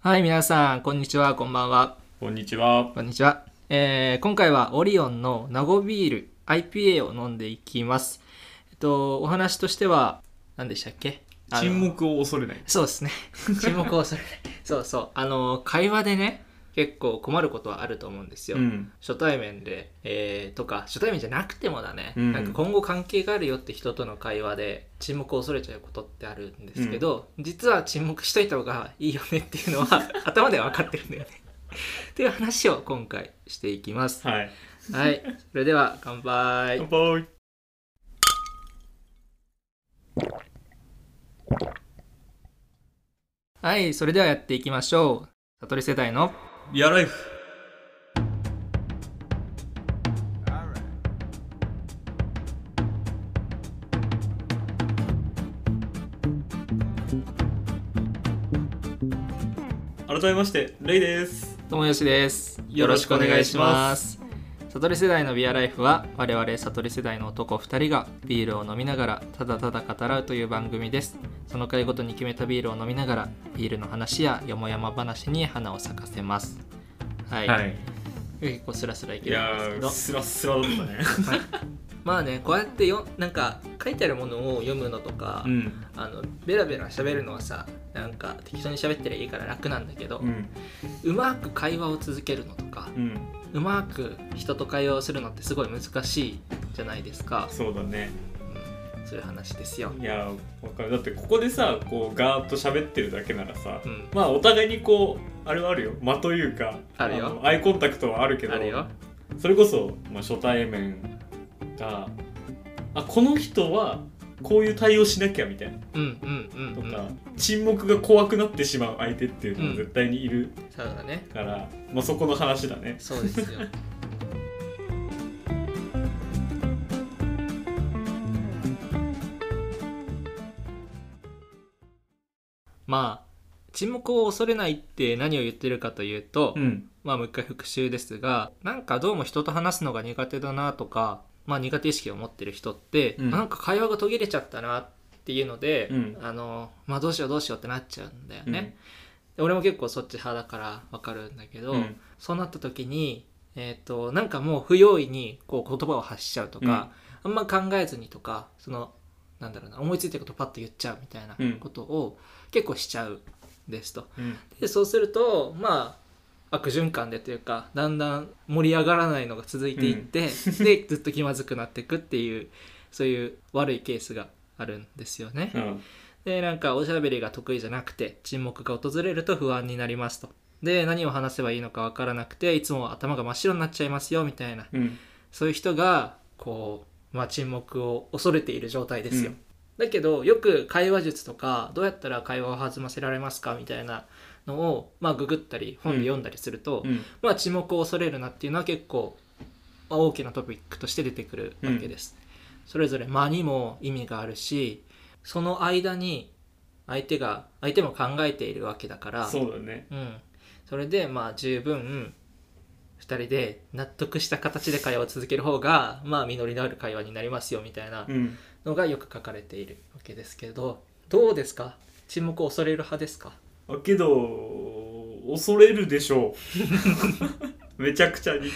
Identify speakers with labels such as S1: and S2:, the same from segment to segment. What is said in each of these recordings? S1: はい、皆さん、こんにちは、こんばんは。
S2: こんにちは。
S1: こんにちは。えー今回はオリオンのナゴビール IPA を飲んでいきます。えっと、お話としては、何でしたっけあの
S2: 沈黙を恐れない。
S1: そうですね。沈黙を恐れない。そうそう。あの、会話でね、結構困ることはあると思うんですよ。
S2: うん。
S1: 初対面で、えーとか初対面じゃなくてもだね、
S2: うん
S1: なんか今後関係があるよって人との会話で沈黙を恐れちゃうことってあるんですけど、実は沈黙しといた方がいいよねっていうの は頭では分かってるんだよね。っていう話を今回していきます。
S2: はい。
S1: はい、それでは乾杯
S2: 乾。杯。
S1: はい、それではやっていきましょう。悟り世代の
S2: リアライフ。改めまして、レイです。
S1: 友吉です
S2: よろしくお願いします
S1: 悟り世代のビアライフは我々悟り世代の男2人がビールを飲みながらただただ語らうという番組ですその回ごとに決めたビールを飲みながらビールの話やよもやま話に花を咲かせますはい、
S2: い。
S1: 結構スラスラい
S2: い
S1: ける
S2: や
S1: ん
S2: ー、
S1: です
S2: スラスラだったね。
S1: けど、はいまあねこうやってよなんか書いてあるものを読むのとか、
S2: ん。
S1: あのベラベラ喋るのはさなんか適当に喋ってりゃいいから楽なんだけど、
S2: うん。
S1: うまく会話を続けるのとか
S2: うん。
S1: うまく人と会話をするのってすごい難しいじゃないですか、
S2: そうだね。
S1: うん、そういう話ですよ、
S2: いやー、わかる。だって、ここでさ、こう、ガーッと喋ってるだけならさ
S1: う、ん、
S2: まあお互いにこうあれはあるよ間というか
S1: あるよ
S2: のアイコンタクトはあるけど
S1: あるよ
S2: それこそ、まあ、初対面があこの人はこういう対応しなきゃみたいな
S1: うんうんう
S2: と
S1: んうん
S2: か、沈黙が怖くなってしまう相手っていうの
S1: う
S2: は
S1: ん
S2: 絶対にいる
S1: そうだね
S2: から、まあ、そこの話だね。
S1: そうですよ まあ沈黙を恐れないって何を言ってるかというと、
S2: ん、
S1: まあもう一回復習ですがなんかどうも人と話すのが苦手だなとか、まあ、苦手意識を持ってる人って、
S2: うん
S1: なんか会話が途切れちゃったなっていうので、
S2: うん
S1: あのまあ、どうしようどうしようってなっちゃうんだよね。で俺も結構そっち派だからわかるんだけど、
S2: うん
S1: そうなった時に、えー、となんかもう不用意にこう言葉を発しちゃうとか、あんま考えずにとかそのなんだろうな思いついたことパッと言っちゃうみたいなことを結構しちゃうんですと。
S2: うん
S1: でそうするとまあ悪循環でというかだんだん盛り上がらないのが続いていって、でずっと気まずくなっていくっていうそういう悪いケースがあるんですよね。
S2: うん
S1: でなんかおしゃべりが得意じゃなくて沈黙が訪れると不安になりますと。で何を話せばいいのかわからなくていつも頭が真っ白になっちゃいますよみたいな
S2: うん
S1: そういう人がこう、まあ、沈黙を恐れている状態ですよ。
S2: うん
S1: だけどよく会話術とかどうやったら会話を弾ませられますかみたいなのを、まあ、ググったり本で読んだりすると、
S2: うん
S1: まあ、沈黙を恐れるなっていうのは結構、まあ大きなトピックとして出てくるわけです。それぞれ間にも意味があるしその間に相手が相手も考えているわけだから
S2: そうだね。
S1: うん、それでまあ十分2人で納得した形で会話を続ける方がまあ実りのある会話になりますよみたいな
S2: うん、
S1: のがよく書かれているわけですけどどうですか沈黙を恐れる派ですか
S2: あけど恐れるでしょ うめちゃくちゃに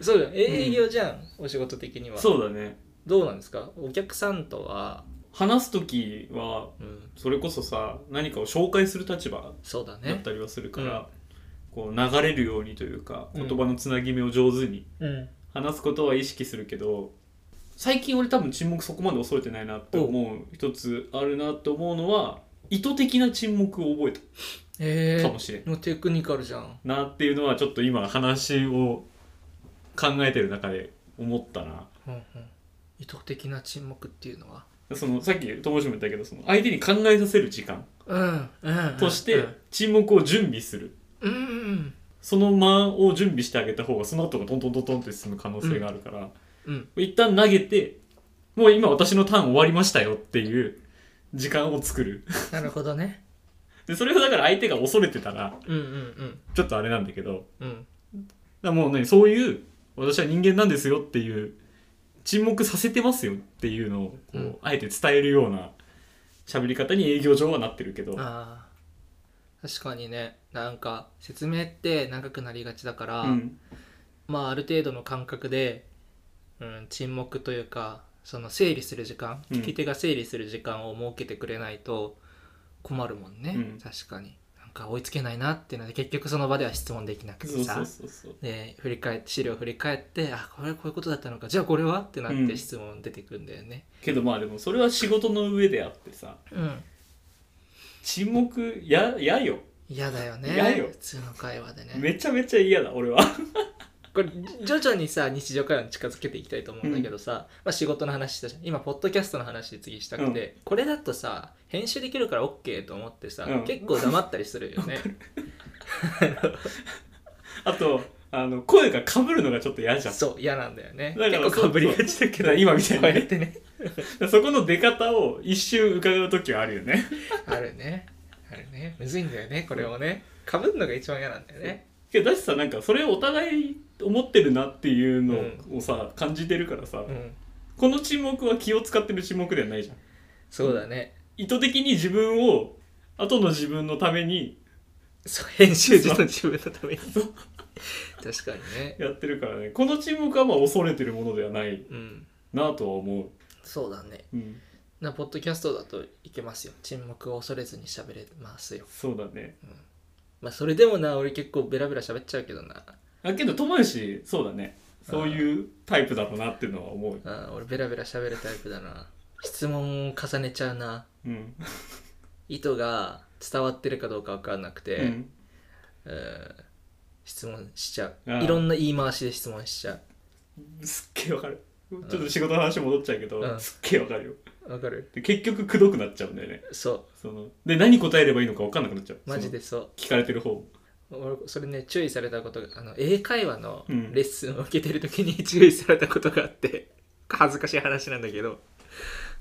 S1: そうだよ営業じゃん、お仕事的には
S2: そうだね
S1: どうなんですかお客さんとは、
S2: 話す時は
S1: うん、
S2: それこそさ何かを紹介する立場
S1: そうだ
S2: だっ
S1: ね
S2: たりはするから、こう流れるようにというか言葉のつなぎ目を上手に
S1: うん
S2: 話すことは意識するけど最近俺多分沈黙そこまで恐れてないなって思う一つあるなって思うのは意図的な沈黙を覚え
S1: え
S2: たか
S1: ー、
S2: もしれん
S1: もうテクニカルじゃん
S2: なっていうのはちょっと今話を考えてる中で思ったな。
S1: うんうん意図的な沈黙っていうのは
S2: そのさっき友達も言ったけどその相手に考えさせる時間
S1: うんうんうん
S2: として沈黙を準備する
S1: うんうん
S2: その間を準備してあげた方がその後がトントントントンって進む可能性があるから、
S1: うん
S2: 一旦投げてもう今私のターン終わりましたよっていう時間を作る
S1: なるほどね
S2: でそれをだから相手が恐れてたら
S1: うんうん
S2: ちょっとあれなんだけど
S1: うんうん
S2: だからもうねそういう私は人間なんですよっていう沈黙させてますよっていうのをこう、
S1: うん
S2: あえて伝えるような喋り方に営業上はなってるけど
S1: ああ確かにねなんか説明って長くなりがちだから、
S2: うん
S1: まあある程度の感覚で、うん、沈黙というかその整理する時間、
S2: うん
S1: 聞き手が整理する時間を設けてくれないと困るもんね、
S2: うん
S1: 確かになんか追いつけないなっていうので結局その場では質問できなく
S2: そ
S1: て
S2: う
S1: さ
S2: そうそうそう
S1: で振り返って資料振り返ってあこれこういうことだったのかじゃあこれはってなっ
S2: う
S1: て
S2: ん
S1: 質問出てくるんだよね。
S2: けどまあでもそれは仕事の上であってさ
S1: うん
S2: 沈黙ややよ
S1: 嫌だよね
S2: 嫌よ
S1: 普通の会話でね
S2: めちゃめちゃ嫌だ俺は
S1: これ徐々にさ日常会話に近づけていきたいと思うんだけどさ、まあ、仕事の話したじゃん今ポッドキャストの話で次したくて、これだとさ編集できるから OK と思ってさ、
S2: うん
S1: 結構黙ったりするよ ね
S2: あとあの声が被るのがちょっと嫌じゃん
S1: そう嫌なんだよね
S2: だから
S1: 結構かぶりがちだけど
S2: そうそう今みたいにね
S1: こうやってね
S2: そこの出方を一瞬伺う時はあるよね
S1: あるねあるねむずいんだよねこれをねかぶるのが一番嫌なんだよね
S2: けどだしさなんかそれをお互い思ってるなっていうのをさ、感じてるからさ、
S1: うん
S2: この沈黙は気を使ってる沈黙ではないじゃん
S1: そうだね
S2: 意図的に自分を後の自分のために
S1: そう編集時の自分のために
S2: そう
S1: 確かにね
S2: やってるからねこの沈黙はまあ恐れてるものではない
S1: うん
S2: なとは思
S1: そうだね
S2: う、うん、
S1: なポッドキャストだといけますよ沈黙を恐れずに喋れますよ
S2: そうだね
S1: まあそれでもな俺結構ベラベラ喋っちゃうけどな
S2: あけど友吉そうだねそういうタイプだろうなっていうのは思う、
S1: あー俺ベラベラ喋るタイプだな質問を重ねちゃうな
S2: うん
S1: 意図が伝わってるかどうか分かんなくて、
S2: うん
S1: うん質問しちゃう
S2: あー
S1: いろんな言い回しで質問しちゃ
S2: すっげえわかるちょっと仕事の話戻っちゃうけど、
S1: うん
S2: すっげえわかるよ
S1: うわかる
S2: で結局くどくなっちゃうんだよね
S1: そ
S2: そので何答えればいいのか分かんなくなっちゃう
S1: うマジでそう
S2: その聞かれてる方
S1: 俺それね注意されたことがあの英会話の
S2: うん
S1: レッスンを受けてる時に 注意されたことがあって恥ずかしい話なんだけど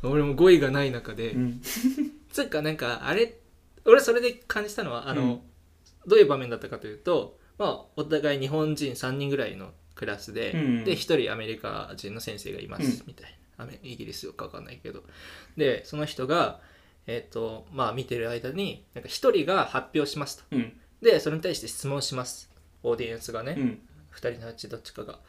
S1: 俺も語彙がない中で、
S2: うん
S1: つうかなんかあれ俺それで感じたのはあの、
S2: うん
S1: どういう場面だったかというと、まあ、お互い日本人3人ぐらいのクラスで、
S2: うん
S1: で1人アメリカ人の先生がいます、
S2: うん
S1: みたいなアメイギリスかわかんないけどでその人が、えっとまあ、見てる間になんか1人が発表しますと
S2: うん
S1: でそれに対して質問しますオーディエンスがね、
S2: うん
S1: 2人のうちどっちかが。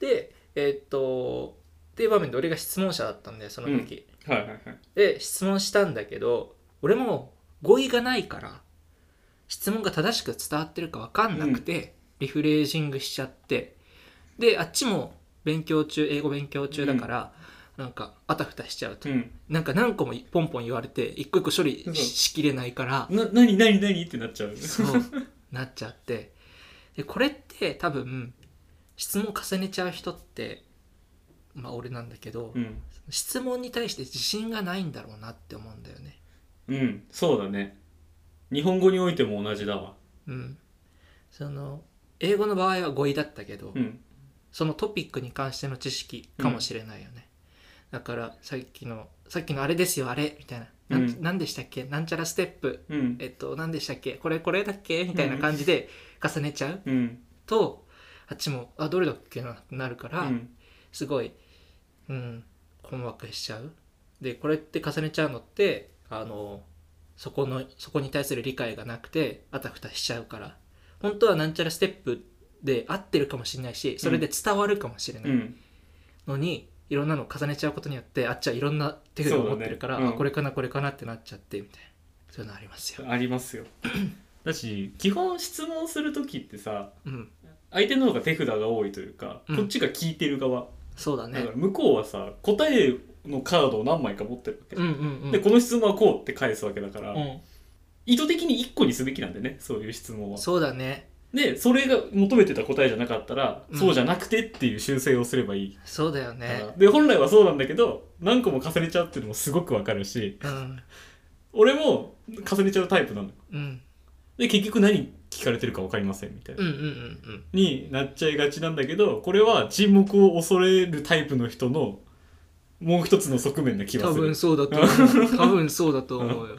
S1: でえっとっていう場面で俺が質問者だったんでその時。
S2: はいはいはい
S1: で質問したんだけど俺も語彙がないから質問が正しく伝わってるか分かんなくて、リフレージングしちゃってであっちも勉強中英語勉強中だから、なんかあたふたしちゃうと、
S2: うん
S1: なんか何個もポンポン言われて一個一個処理
S2: そう
S1: ししきれないから
S2: な何何何ってなっちゃう
S1: そうなっちゃってでこれって多分質問重ねちゃう人ってまあ俺なんだけど、
S2: うん
S1: 質問に対して自信がないんだろうなって思うんだよね。
S2: うんそうだね日本語においても同じだわ
S1: うん、その英語の場合は語彙だったけど、
S2: うん
S1: そのトピックに関しての知識かもしれないよね、だからさっきのさっきのあれですよあれみたいななん、
S2: うん
S1: なんでしたっけなんちゃらステップ
S2: うん
S1: えっと何でしたっけこれこれだっけみたいな感じで重ねちゃう
S2: うん
S1: と、あっちもあどれだっけなってなるか
S2: う
S1: ら、
S2: ん
S1: すごい、うん、困惑しちゃうでこれって重ねちゃうのってあのそこのそこに対する理解がなくてあたふたしちゃうから本当はなんちゃらステップで合ってるかもしれないしそれで伝わるかもしれな
S2: う
S1: い
S2: ん
S1: のに、いろんなのを重ねちゃうことによってあっちはいろんな手札を持ってるから、
S2: そうだねうん
S1: あこれかなこれかなってなっちゃってみたいなそういうのありますよ。
S2: ありま すよだし基本質問する時ってさ
S1: うん、
S2: 相手の方が手札が多いというか、
S1: うん
S2: こっちが聞いてる側
S1: そうだ
S2: だ
S1: ね
S2: から。向こうはさ答えのカードを何枚か持ってるわけ、
S1: うんうんうん。
S2: でこの質問はこうって返すわけだから、
S1: う
S2: 意図的に1個にすべきなんでねそういう質問は
S1: ん、そうだね。
S2: でそれが求めてた答えじゃなかったら、
S1: うん
S2: そうじゃなくてっていう修正をすればいい、
S1: そうだよね。
S2: で本来はそうなんだけど何個も重ねちゃうっていうのもすごくわかるし
S1: うん。
S2: 俺も重ねちゃうタイプなの
S1: うん。
S2: で結局何聞かれてるか分かりませんみたいな、
S1: うんうんうん
S2: になっちゃいがちなんだけどこれは沈黙を恐れるタイプの人のもう一つの側面な
S1: う
S2: 気
S1: ん。
S2: が
S1: 多
S2: する
S1: 分そうだと思 う。多分そうだと思うよ。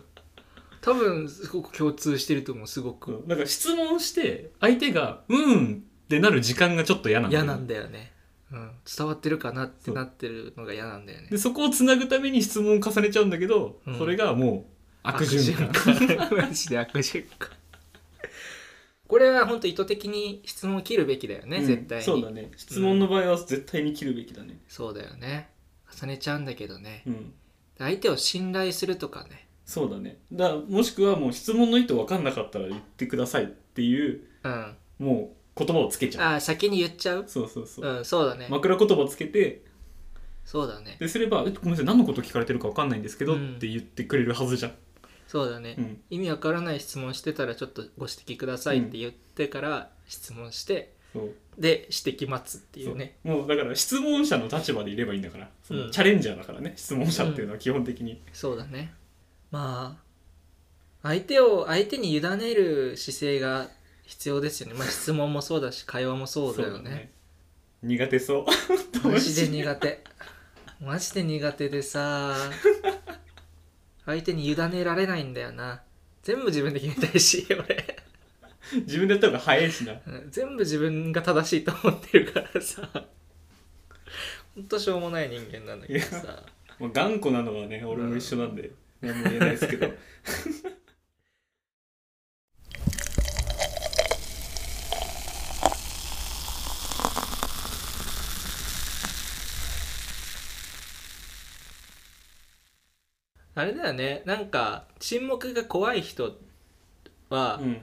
S1: 多分すごく共通してると思う、すごく。
S2: うんなんか質問して相手が「うん」ってなる時間がちょっと嫌なんだよ
S1: 嫌なんだよね。うん、伝わってるかなってなってるのが嫌なんだよね
S2: で。そこをつなぐために質問を重ねちゃうんだけど、
S1: うん
S2: それがもう悪循環
S1: 悪循環。マジで悪循環。これは本当意図的に質問を切るべきだよね、
S2: うん
S1: 絶対に
S2: そうだね質問の場合は絶対に切るべきだね
S1: そうだよね重ねちゃうんだけどね
S2: うん、
S1: 相手を信頼するとかね
S2: そうだねだからもしくはもう質問の意図分かんなかったら言ってくださいっていう
S1: うん
S2: もう言葉をつけちゃう
S1: ああ先に言っちゃう
S2: そうそうそう、
S1: うんそうだね、
S2: 枕言葉つけて
S1: そうだね
S2: ですれば「えごめんなさい何のこと聞かれてるか分かんないんですけど」
S1: うん
S2: って言ってくれるはずじゃん、
S1: そうだね、
S2: うん
S1: 意味わからない質問してたらちょっとご指摘くださいって言ってから質問して、
S2: そう
S1: で指摘待つっていうね
S2: そうもうだから質問者の立場でいればいいんだからその
S1: うん
S2: チャレンジャーだからね質問者っていうのは基本的に、
S1: そうだねまあ相手を相手に委ねる姿勢が必要ですよねまあ質問もそうだ し会話もそうだよ
S2: だ
S1: ね
S2: 苦手そう
S1: マジで苦手マジで苦手で さ相手に委ねられないんだよな全部自分で決めたいし俺
S2: 自分でやった方が早いしな
S1: うん全部自分が正しいと思ってるからさほんとしょうもない人間なんだけどさ
S2: もう頑固なのはね俺も一緒なんで、何も言えないですけ ど
S1: あれだよねなんか沈黙が怖い人は、
S2: うん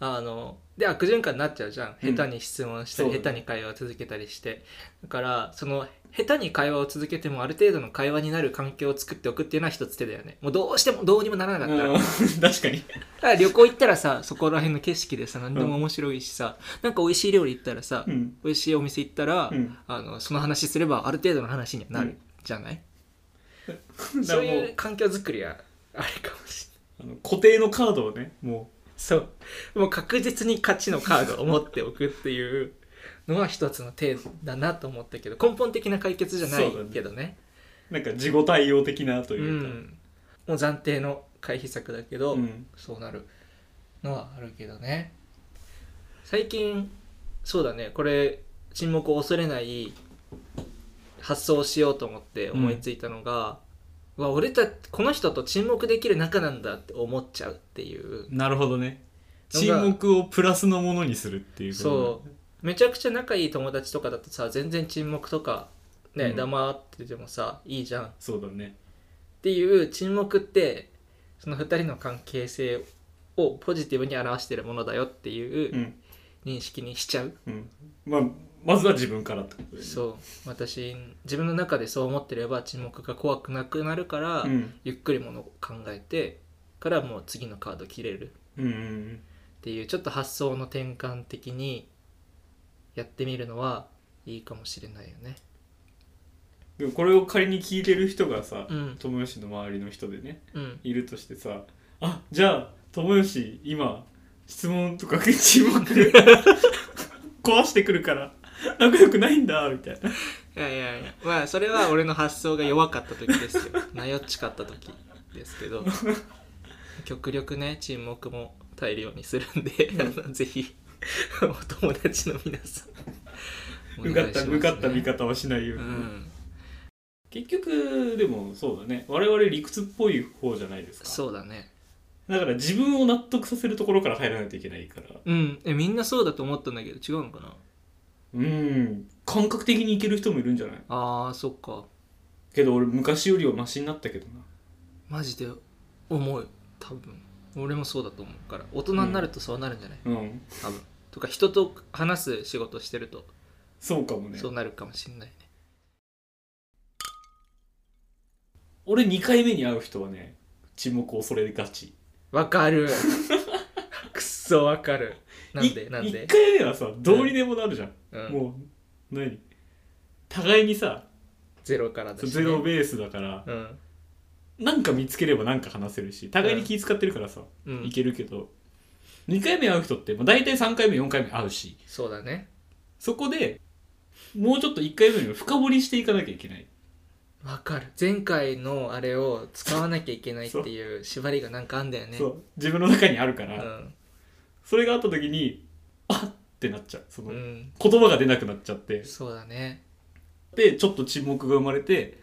S1: あので悪循環になっちゃうじゃん
S2: うん
S1: 下手に質問したり、
S2: そう
S1: 下
S2: だね
S1: 手に会話を続けたりしてだからその下手に会話を続けてもある程度の会話になる環境を作っておくっていうのは一つ手だよねもうどうしてもどうにもならなかったら
S2: うん 確かに
S1: だから旅行行ったらさそこら辺の景色でさ何でも面白いしさ、なんか美味しい料理行ったらさ、
S2: うん
S1: 美味しいお店行ったら、
S2: うん
S1: あのその話すればある程度の話にはなる、
S2: うん
S1: じゃない
S2: だ
S1: そう
S2: からも
S1: いう
S2: う
S1: 環境づくりはあれかもしれない
S2: あの固定のカードをねも
S1: そうもう確実に勝ちのカードを持っておくっていうのは一つの手だなと思ったけど根本的な解決じゃないけどね
S2: うなんか事後対応的なと
S1: う
S2: いうか、
S1: んもう暫定の回避策だけど、
S2: うん
S1: そうなるのはあるけどね最近そうだねこれ沈黙を恐れない発想をしようと思って思いついたのが、うわ俺たこの人と沈黙できる仲なんだって思っちゃうっていう
S2: なるほどね
S1: なん
S2: 沈
S1: か
S2: 黙をプラスのものにするっていうこと
S1: そうめちゃくちゃ仲いい友達とかだとさ全然沈黙とかね、
S2: うん
S1: 黙っててもさいいじゃんっ
S2: そうだね
S1: ていう沈黙ってその2人の関係性をポジティブに表してるものだよっていううん認識にしちゃう、
S2: うんまあまずは自分からってことで、ね、
S1: そう私自分の中でそう思ってれば沈黙が怖くなくなるから、
S2: うん
S1: ゆっくりものを考えてからもう次のカード切れる
S2: うんうん
S1: っていうちょっと発想の転換的にやってみるのはいいかもしれないよね。
S2: でもこれを仮に聞いてる人がさ、
S1: うん
S2: 友吉の周りの人でね
S1: うん、
S2: いるとしてさあじゃあ友吉今質問とか沈黙 壊してくるから仲良くないんだみたいない
S1: やいやいやまあそれは俺の発想が弱かった時ですよなよっちかった時ですけ ど極力ね沈黙も耐えるようにするん で、あのぜひお友達の皆さんお
S2: うか
S1: 願いします
S2: った
S1: ね
S2: うかった見方はしないよう
S1: う
S2: に、
S1: ん
S2: 結局でもそうだね我々理屈っぽい方じゃないですか
S1: そうだね
S2: だから自分を納得させるところから入らないといけないから
S1: うんえみんなそうだと思ったんだけど違うのかな
S2: うん感覚的にいける人もいるんじゃない
S1: あーそっか
S2: けど俺昔よりはマシになったけどな
S1: マジで思う多分俺もそうだと思うから大人になるとそうなるんじゃない、
S2: うん
S1: 多分とか人と話す仕事してると
S2: そうかもね
S1: そうなるかもしれないね
S2: 俺2回目に会う人はね沈黙を恐れがち
S1: わか るくっそわかるなんで
S2: い
S1: なんで
S2: 1、回目はさどうにでもなるじゃん、
S1: うん、
S2: もう何互いにさ
S1: ゼロからだし、ね、
S2: ゼロベースだから
S1: うん、
S2: なんか見つければなんか話せるし互いに気使ってるからさ、
S1: うん
S2: い、けるけど2回目会う人って、まあ、大体3回目4回目会うし
S1: そうだね
S2: そこでもうちょっと1回目より深掘りしていかなきゃいけない
S1: わかる前回のあれを使わなきゃいけないっていう縛りがなんかあんだよね
S2: そう自分の中にあるから、
S1: ん
S2: それがあった時にあっってなっちゃうその、
S1: うん、
S2: 言葉が出なくなっちゃって
S1: そうだね
S2: でちょっと沈黙が生まれて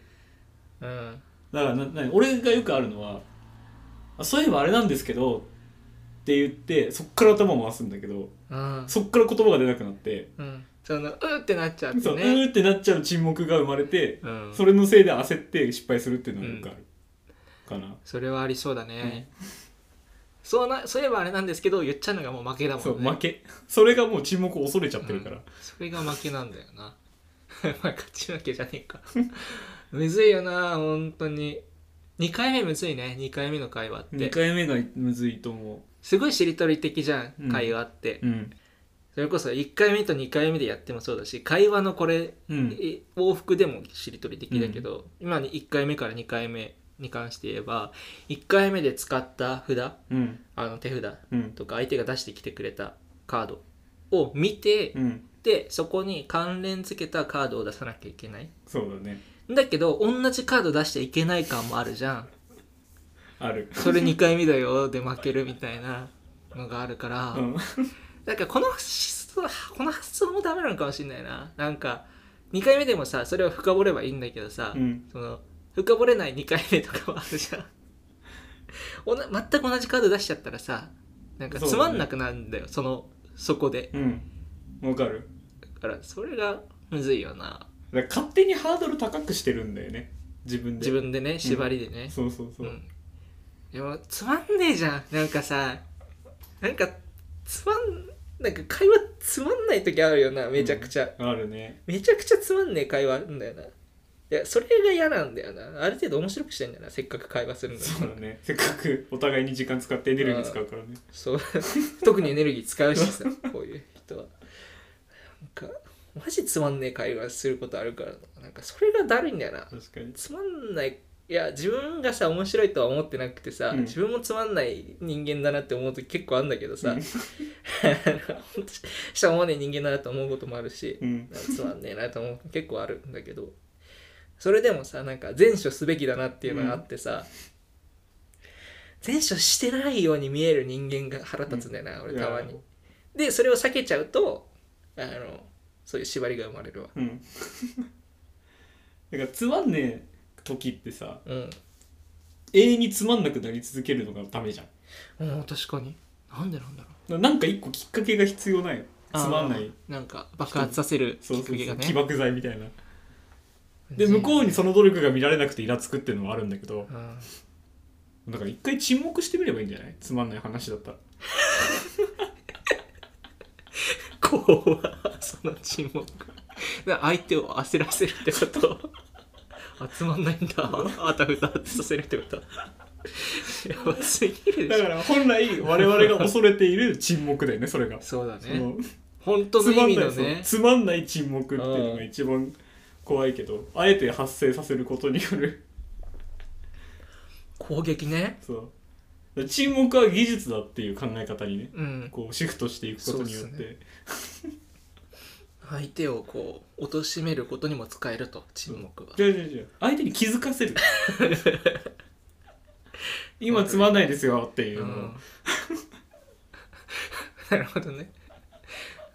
S1: うん
S2: だからなな俺がよくあるのはあそういえばあれなんですけどって言ってそっから頭回すんだけど
S1: うん
S2: そっから言葉が出なくなって
S1: うんそのうーってなっちゃって
S2: そうう
S1: ね
S2: ーってなっちゃう沈黙が生まれて
S1: うん
S2: それのせいで焦って失敗するっていうのがよくある、かな
S1: それはありそうだね、そうなそういえばあれなんですけど言っちゃうのがもう負けだもんね
S2: そう負けそれがもう沈黙を恐れちゃってるから、
S1: うんそれが負けなんだよな まあ勝ち負けじゃねえか むずいよな本当に2回目むずいね2回目の会話っ
S2: 2
S1: て
S2: 回目がむずいと思
S1: すごいしりとり的じゃ
S2: うんん
S1: 会話って、
S2: ううん
S1: それこそ1回目と2回目でやってもそうだし会話のこれ、
S2: うん
S1: え往復でもしりとり的だけど、今に1回目から2回目に関して言えば1回目で使った札
S2: うん
S1: あの手札
S2: うん
S1: とか相手が出してきてくれたカードを見て、
S2: うん
S1: でそこに関連付けたカードを出さなきゃいけない
S2: そうだね
S1: だけど同じカード出しちゃいけない感もあるじゃん
S2: ある
S1: それ2回目だ よで負けるみたいなのがあるから、
S2: うん
S1: なんかこの発想この発想もダメなのかもしれないななんか2回目でもさそれを深掘ればいいんだけどさ、
S2: うん
S1: その深掘れない2回目とかもあるじゃんおな全く同じカード出しちゃったらさなんかつまんなくなるんだよそのそこで
S2: うんわかる
S1: だからそれがむずいよな
S2: だから勝手にハードル高くしてるんだよね自分で
S1: 自分でね縛りでね、
S2: そうそうそう、
S1: うん、でもつまんねえじゃんなんかさなんかつまんなんか会話つまんない時あるよなめちゃくちゃ、
S2: あるね
S1: めちゃくちゃつまんねえ会話あるんだよないやそれが嫌なんだよなある程度面白くしてんだよなせっかく会話するんだ
S2: そう
S1: か
S2: だねせっかくお互いに時間使ってエネルギー使うからね
S1: そう 特にエネルギー使うしさこういう人はなんかマジつまんねえ会話することあるからななんかそれがだるいんだよな
S2: 確かに
S1: つまんないいや自分がさ面白いとは思ってなくてさ、
S2: うん
S1: 自分もつまんない人間だなって思う時結構あるんだけどさ、
S2: う
S1: ほ
S2: ん
S1: ん、本当しょうもねえ人間だなと思うこともあるし、
S2: うん
S1: つまんねえなと思う結構あるんだけどそれでもさなんか善処すべきだなっていうのがあってさ、善処してないように見える人間が腹立つんだよな、俺たまに。でそれを避けちゃうとあのそういう縛りが生まれるわ。
S2: うん だからつまんねえ時ってさ
S1: うん
S2: 永遠につまんなくなり続けるのがダメじゃん
S1: うん、確かになんでなんだろう
S2: ななんか一個きっかけが必要ないのつまんない
S1: あーなんか爆発させるき
S2: そう
S1: っ
S2: そ
S1: か
S2: う
S1: け
S2: そ
S1: が
S2: う
S1: ね
S2: 起爆剤みたいなで向こうにその努力が見られなくてイラつくっていうのはあるんだけど
S1: うん、うん
S2: だから一回沈黙してみればいいんじゃないつまんない話だったら
S1: こうはその沈黙 だから相手を焦らせるってこと 集まんないんだあたふたさせるってこと やばすぎるで
S2: だ
S1: し
S2: か
S1: ょ
S2: ら本来我々が恐れている沈黙だよねそれが
S1: そうだ
S2: そ
S1: ね
S2: の
S1: 本当
S2: つ
S1: の
S2: まん
S1: 意味
S2: ない
S1: の
S2: そう
S1: ね
S2: つまんない沈黙っていうのが一番怖いけどあえて発生させることによる
S1: 攻撃ね
S2: そうだから沈黙は技術だっていう考え方にね
S1: うん
S2: こうシフトしていくことによっ
S1: そうです
S2: て
S1: 相手をこう貶としめることにも使えると沈黙は
S2: 違う違う違う相手に気づか せる今つまんないですよっていううのを、
S1: ん なるほどね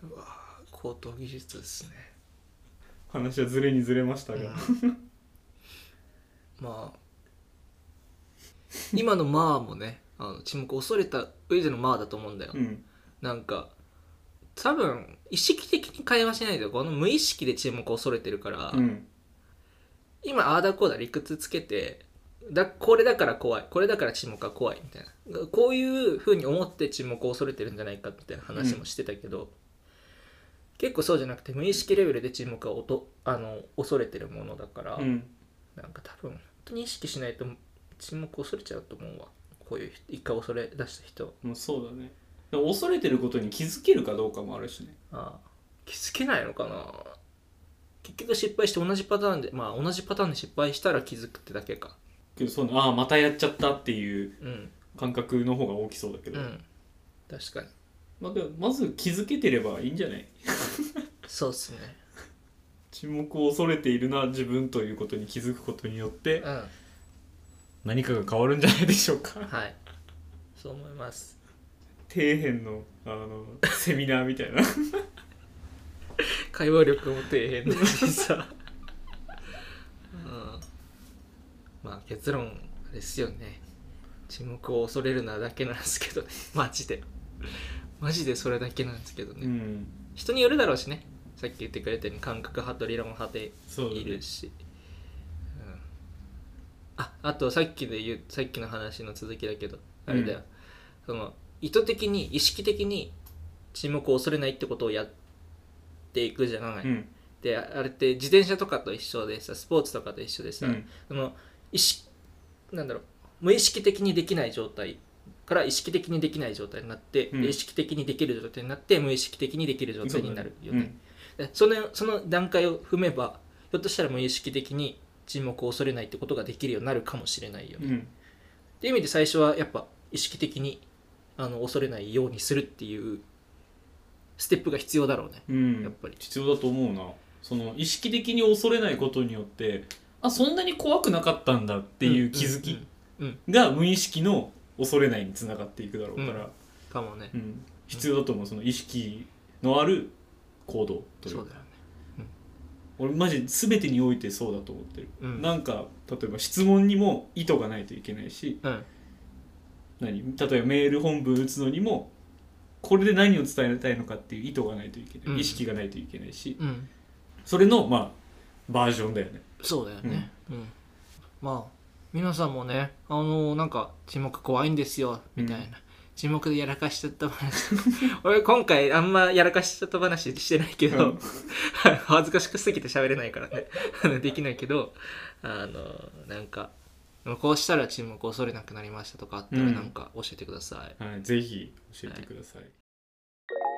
S1: うわー高等技術ですね
S2: 話はずれにずれましたが、
S1: まあ今の「まあ」もねあの沈黙を恐れた上での「まあ」だと思うんだよ、
S2: うん
S1: なんか多分意識的に会話しないとこの無意識で沈黙を恐れてるから、
S2: うん
S1: 今ああだこうだ理屈つけてだこれだから怖いこれだから沈黙が怖いみたいなこういうふうに思って沈黙を恐れてるんじゃないかみたいな話もしてたけど、結構そうじゃなくて無意識レベルで沈黙はおとあの恐れてるものだから、
S2: うん
S1: なんか多分本当に意識しないと沈黙恐れちゃうと思うわこういう人一回恐れ出した人
S2: もうそうだねでも恐れてることに気づけるかどうかもあるしね
S1: ああ気づけないのかな結局失敗して同じパターンでまあ同じパターンで失敗したら気づくってだけか
S2: けどそうああまたやっちゃったっていう
S1: うん
S2: 感覚の方が大きそうだけ
S1: う
S2: ど、
S1: ん確かに
S2: まあでもまず気づけてればいいんじゃない
S1: そうっすね
S2: 沈黙を恐れているな自分ということに気づくことによって
S1: うん
S2: 何かが変わるんじゃないでしょうか
S1: はいそう思います
S2: 底辺のあのセミナーみたいな
S1: 会話力も底辺だしさうんまあ結論ですよね沈黙を恐れるなだけなんですけどね マジでマジでそれだけなんですけどね、
S2: うん
S1: 人によるだろうしねさっき言ってくれたように感覚派と理論派で
S2: そうだね
S1: いるし、うん、ああとさっきで言うさっきの話の続きだけどあれだよ、その意図的に意識的に沈黙を恐れないってことをやっていくじゃない、
S2: うん
S1: であれって自転車とかと一緒でさスポーツとかと一緒でさ、
S2: うん
S1: その意識なんだろう無意識的にできない状態から意識的にできない状態になって、
S2: うん
S1: で意識的にできる状態になって無意識的にできる状態になるよね
S2: うん
S1: でそのその段階を踏めばひょっとしたら無意識的に沈黙を恐れないってことができるようになるかもしれないよね、
S2: うん
S1: っていう意味で最初はやっぱ意識的にあの恐れないようにするっていうステップが必要だろうね
S2: うん
S1: やっぱり
S2: 必要だと思うなその意識的に恐れないことによってあそんなに怖くなかったんだっていう気づき
S1: うんうんうん
S2: が無意識の恐れないにつながっていくだろうから、
S1: かもね
S2: うん必要だと思うその意識のある行動とい
S1: そうう
S2: か
S1: だよね
S2: 俺マジ全てにおいてそうだと思ってる、
S1: うん
S2: なんか例えば質問にも意図がないといけないし
S1: うん
S2: 何例えばメール本文打つのにもこれで何を伝えたいのかっていう意図がないといけない、
S1: うん
S2: 意識がないといけないし
S1: うん
S2: それのまあバージョンだよね
S1: そうだよね、うんまあ皆さんもねあのなんか沈黙怖いんですよみたいな、
S2: うん
S1: 沈黙でやらかしちゃった話 俺今回あんまやらかしちゃった話してないけど、
S2: うん
S1: 恥ずかしくすぎて喋れないからね あのできないけどあのなんかこうしたら沈黙恐れなくなりましたとかあったら
S2: うん
S1: なんか教えてください、
S2: はい、ぜひ教えてください。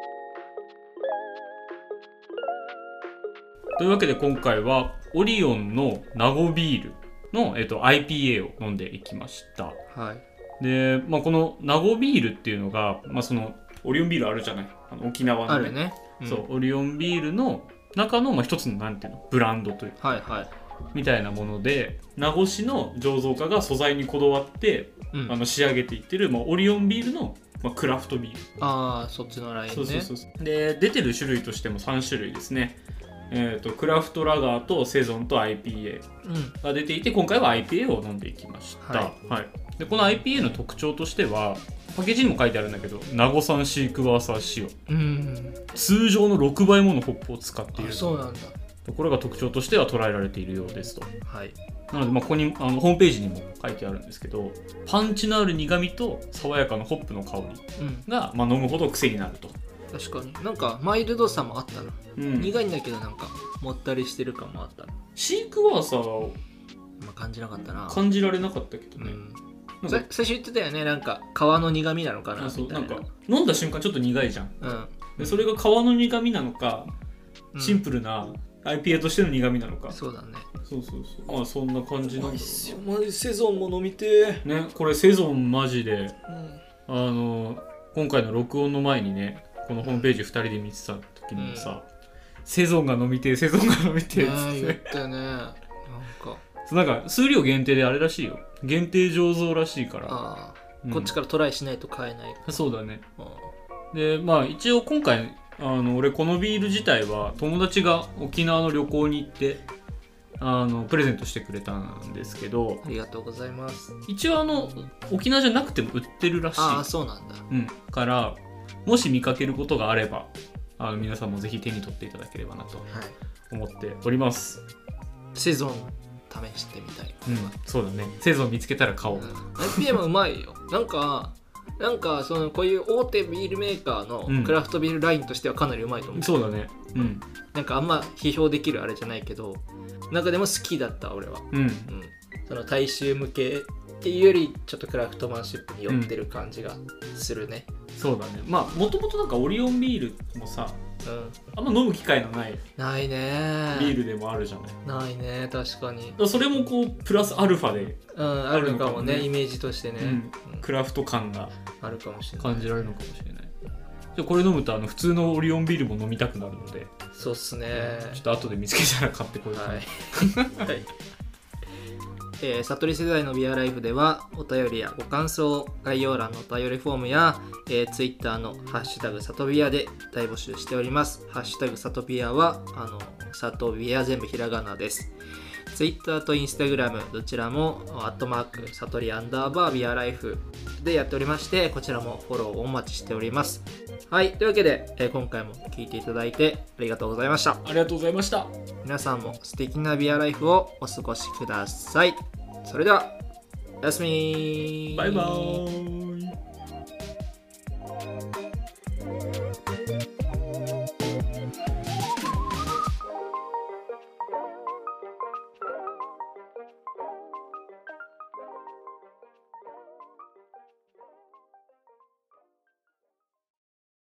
S2: というわけで今回はオリオンのナゴビールの、えっと、IPA を飲んでいきました。
S1: はい
S2: で、まあ、このナゴビールっていうのが、まあ、そのオリオンビールあるじゃないあの沖縄の、
S1: あるね、うん
S2: そうオリオンビールの中の、まあ、一つのなんていうのブランドという
S1: はいはい
S2: みたいなもので名護市の醸造家が素材にこだわって、
S1: うん
S2: あの仕上げていってる、まあ、オリオンビールの、まあ、クラフトビール
S1: ああそっちのラインね
S2: そうそうそうそうで出てる種類としても3種類ですねえー、とクラフトラガーとセゾンと IPA
S1: うん
S2: が出ていて今回は IPA を飲んでいきました、
S1: は
S2: はいでこの IPA の特徴としてはパッケージにも書いてあるんだけど名護産シークワーサー仕様
S1: うん
S2: 通常の6倍ものホップを使ってい
S1: あ
S2: る
S1: そうなんだ
S2: ところが特徴としては捉えられているようですと
S1: はい
S2: なので、まあ、ここにあのホームページにも書いてあるんですけどパンチのある苦みと爽やかなホップの香り
S1: うん
S2: が、まあ、飲むほど癖になると、
S1: 確かになんかマイルドさもあったな、
S2: うん
S1: 苦いんだけどなんかもったりしてる感もあったな、
S2: シークワーサーを
S1: まあ、感じなかったな
S2: 感じられなかったけど
S1: う
S2: ね、
S1: ん、
S2: なん
S1: さ
S2: か
S1: 最初言ってたよねなんか皮の苦みなのかな
S2: あそ
S1: み
S2: う
S1: た
S2: ないん
S1: な
S2: か飲んだ瞬間ちょっと苦いじゃん
S1: う
S2: で
S1: ん
S2: それが皮の苦みなのか、
S1: うん
S2: シンプルな IPA としての苦みなのか、
S1: そうだね
S2: そうそうそうまあそんな感じなんだろう
S1: マジセゾンも飲みて
S2: なねこれセゾンマジで
S1: うん
S2: あの今回の録音の前にねこのホームページ2人で見てた時にもさ、セゾンが飲みてえセゾンが飲みて
S1: ね
S2: えっつっ
S1: え
S2: て、
S1: 言ったよねなんか
S2: そうなんか数量限定であれらしいよ限定醸造らしいから、
S1: ああ、
S2: うん
S1: こっちからトライしないと買えない
S2: そうだね
S1: うん
S2: でまあ一応今回あの俺このビール自体は友達が沖縄の旅行に行ってあのプレゼントしてくれたんですけど
S1: ありがとうございます
S2: 一応あの沖縄じゃなくても売ってるらしい、
S1: ああそうなんだ
S2: うん、からもし見かけることがあればあの皆さんもぜひ手に取っていただければなと
S1: はい
S2: 思っております、
S1: セゾン試してみたい
S2: うん、そうだね製造見つけたら買おう、
S1: IPA もうまいよなんかなんかそのこういう大手ビールメーカー
S2: うん
S1: のクラフトビールラインとしてはかなりうまいと思う、
S2: そうだねうん
S1: なんかあんま批評できるあれじゃないけど中でも好きだった俺は、
S2: う
S1: う
S2: ん
S1: ん、その大衆向けっていうよりちょっとクラフトマンシップに寄ってる感じがするね
S2: そうだねまあもともとなんかオリオンビールもさ
S1: うん、
S2: あんま飲む機会のない
S1: ないね
S2: ビールでもあるじゃない、
S1: ないね確かに
S2: だからそれもこうプラスアルファで
S1: うんあるのかもね
S2: あるのかもね
S1: イメージとしてね、
S2: うん
S1: うん
S2: クラフト感が
S1: あるかもしれない
S2: 感じられるのかもしれないじゃあこれ飲むとあの普通のオリオンビールも飲みたくなるので、
S1: そうっすね
S2: ちょっと後で見つけたら買ってこようかな、
S1: はい。えー、悟り世代のビアライフではお便りやご感想概要欄のお便りフォームや、えー、Twitter の「ハッシュタグ里ビア」で大募集しております「ハッシュタグ里ビアは」あの里ビア全部ひらがなです Twitter と Instagram どちらもアットマークサトリアンダーバービアライフでやっておりましてこちらもフォローをお待ちしておりますはいというわけで、えー今回も聞いていただいてありがとうございました
S2: ありがとうございました
S1: 皆さんも素敵なビアライフをお過ごしくださいそれではおやすみ
S2: バイバーイ